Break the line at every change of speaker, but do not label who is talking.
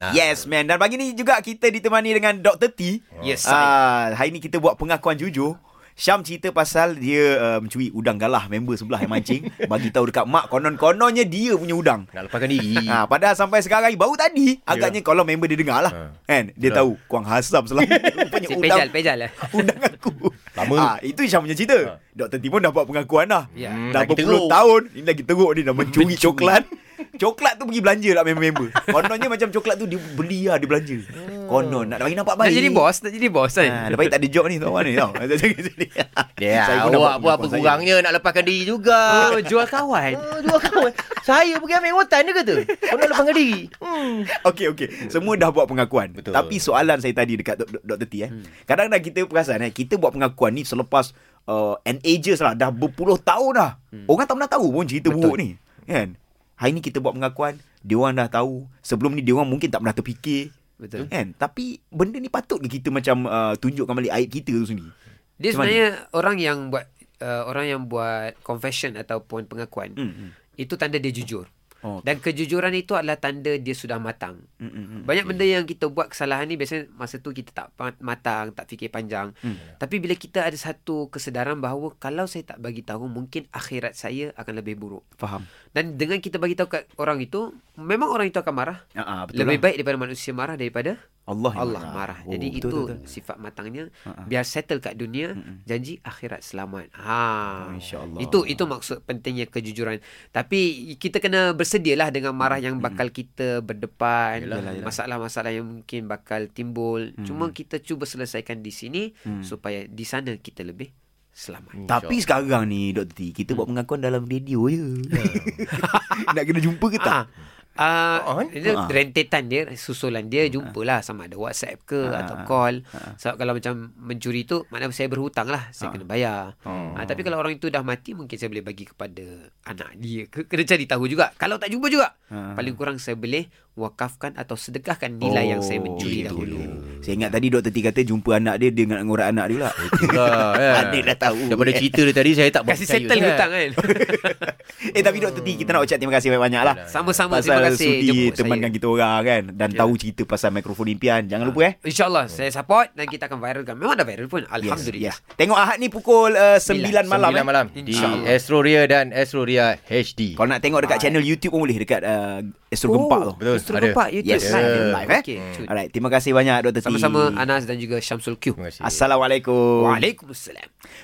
Ah.
Yes man Dan pagi ni juga kita ditemani dengan Dr. T
Yes,
uh, Hari ni kita buat pengakuan jujur Syam cerita pasal dia uh, mencuri udang galah member sebelah yang mancing bagi tahu dekat mak konon-kononnya dia punya udang.
Nak lepaskan diri.
Ha, padahal sampai sekarang baru tadi agaknya kalau member dia dengar lah
Ha.
kan dia
Ya. Betul.
tahu kuang hasam selama ni punya
Cik
udang
Pejal, pejal lah.
udang aku.
Lama.
Ha, itu Isyam punya cerita.
Ha.
Dr. Timon dah buat pengakuan dah.
Ya.
Hmm,
dah
lagi
berpuluh
teruk.
tahun ini lagi teruk dia dah mencuri coklat. Coklat tu pergi belanja lah member-member. Kononnya macam coklat tu dia beli lah dia belanja. Konon nak bagi nampak
Nak
baik.
jadi bos, nak jadi bos kan.
Ha, dah baik tak ada job ni tahu ni tau.
Ya,
Saya pun dah buat
awak pun apa
pengakuan saya.
kurangnya nak lepaskan diri juga.
Oh, jual kawan.
Oh, dua kawan. Saya pergi ambil hutan dia kata. Kau nak lepaskan diri. Hmm.
Okey okey. Semua dah buat pengakuan.
Betul.
Tapi soalan saya tadi dekat Dok- Dok- Dr. T eh.
Hmm.
Kadang-kadang kita perasan eh kita buat pengakuan ni selepas uh, an ages lah dah berpuluh tahun dah.
Hmm.
Orang tak pernah tahu pun cerita Betul. buruk ni. Kan? Hari ni kita buat pengakuan, dia orang dah tahu. Sebelum ni dia orang mungkin tak pernah terfikir.
Betul.
Kan? Tapi benda ni patut ke kita macam uh, tunjukkan balik aib kita tu sendiri. Macam mana?
Dia sebenarnya orang yang buat uh, orang yang buat confession ataupun pengakuan.
Hmm, hmm.
Itu tanda dia jujur.
Oh,
Dan kejujuran itu adalah tanda dia sudah matang.
Hmm, hmm, hmm.
Banyak benda yang kita buat kesalahan ni biasanya masa tu kita tak pa- matang, tak fikir panjang.
Hmm.
Tapi bila kita ada satu kesedaran bahawa kalau saya tak bagi tahu mungkin akhirat saya akan lebih buruk.
Faham.
Dan dengan kita bagi tahu kat orang itu, memang orang itu akan marah.
Ha ah, betul.
Lebih
lah.
baik daripada manusia marah daripada
Allah yang
Allah marah.
Oh,
Jadi
betul,
itu Hmm.
betul, Ha, Hmm. betul.
sifat matangnya.
Ha-ha.
Biar settle kat dunia, janji akhirat selamat. Ha.
Oh, insyaAllah.
Itu itu maksud pentingnya kejujuran. Tapi kita kena bersedialah dengan marah yang bakal kita
Hmm.
berdepan,
Yalah, yalah. Hmm.
masalah-masalah yang mungkin bakal timbul. Cuma kita cuba selesaikan di sini supaya di sana kita lebih selamat.
Tapi sekarang ni Dr. T Kita buat
Hmm.
pengakuan dalam radio je
Ya.
Nak kena jumpa ke tak?
Ah. Ah, uh,
Ah,
dia
ah.
rentetan dia susulan dia jumpalah sama ada WhatsApp ke
Ah, Ah.
atau call. Sebab kalau macam mencuri tu maknanya saya berhutang lah, saya kena bayar.
Oh.
Ah, tapi kalau orang itu dah mati mungkin saya boleh bagi kepada anak dia. Ke- Kena cari tahu juga. Kalau tak jumpa juga,
Ah.
paling kurang saya boleh wakafkan atau sedekahkan nilai yang
Oh,
saya mencuri
Oh, gitu.
dahulu.
Saya ingat tadi Dr. T kata jumpa anak dia Dia dengan ngorak anak dia pula
Itulah, ya.
Adik dah tahu kan?
Daripada cerita dia tadi saya tak
Kasih
percaya
settle
sangat.
hutang kan.
Eh tapi Dr. T kita nak ucap terima kasih banyak-banyak lah
Sama-sama
Pasal
terima kasih
sudi
jemput
temankan
saya. Ya.
kita orang kan Dan tahu cerita pasal mikrofon impian Jangan lupa eh
InsyaAllah saya support dan kita akan viralkan. Memang dah viral pun. Alhamdulillah.
yes. Tengok Ahad ni pukul uh, 9 malam,
Sembilan
eh.
malam di
InsyaAllah.
Astroria dan Astroria HD.
Kalau nak tengok dekat
Ah.
channel YouTube pun boleh Dekat uh, Astro Gempak tu
Betul,
Astro
ada.
Oh, Gempak YouTube
Yes,
live.
ada live, eh.
Okey, cuy.
Alright terima kasih banyak Dr. T
Sama-sama Anas dan juga Syamsul Q.
Terima kasih.
Assalamualaikum
Waalaikumsalam.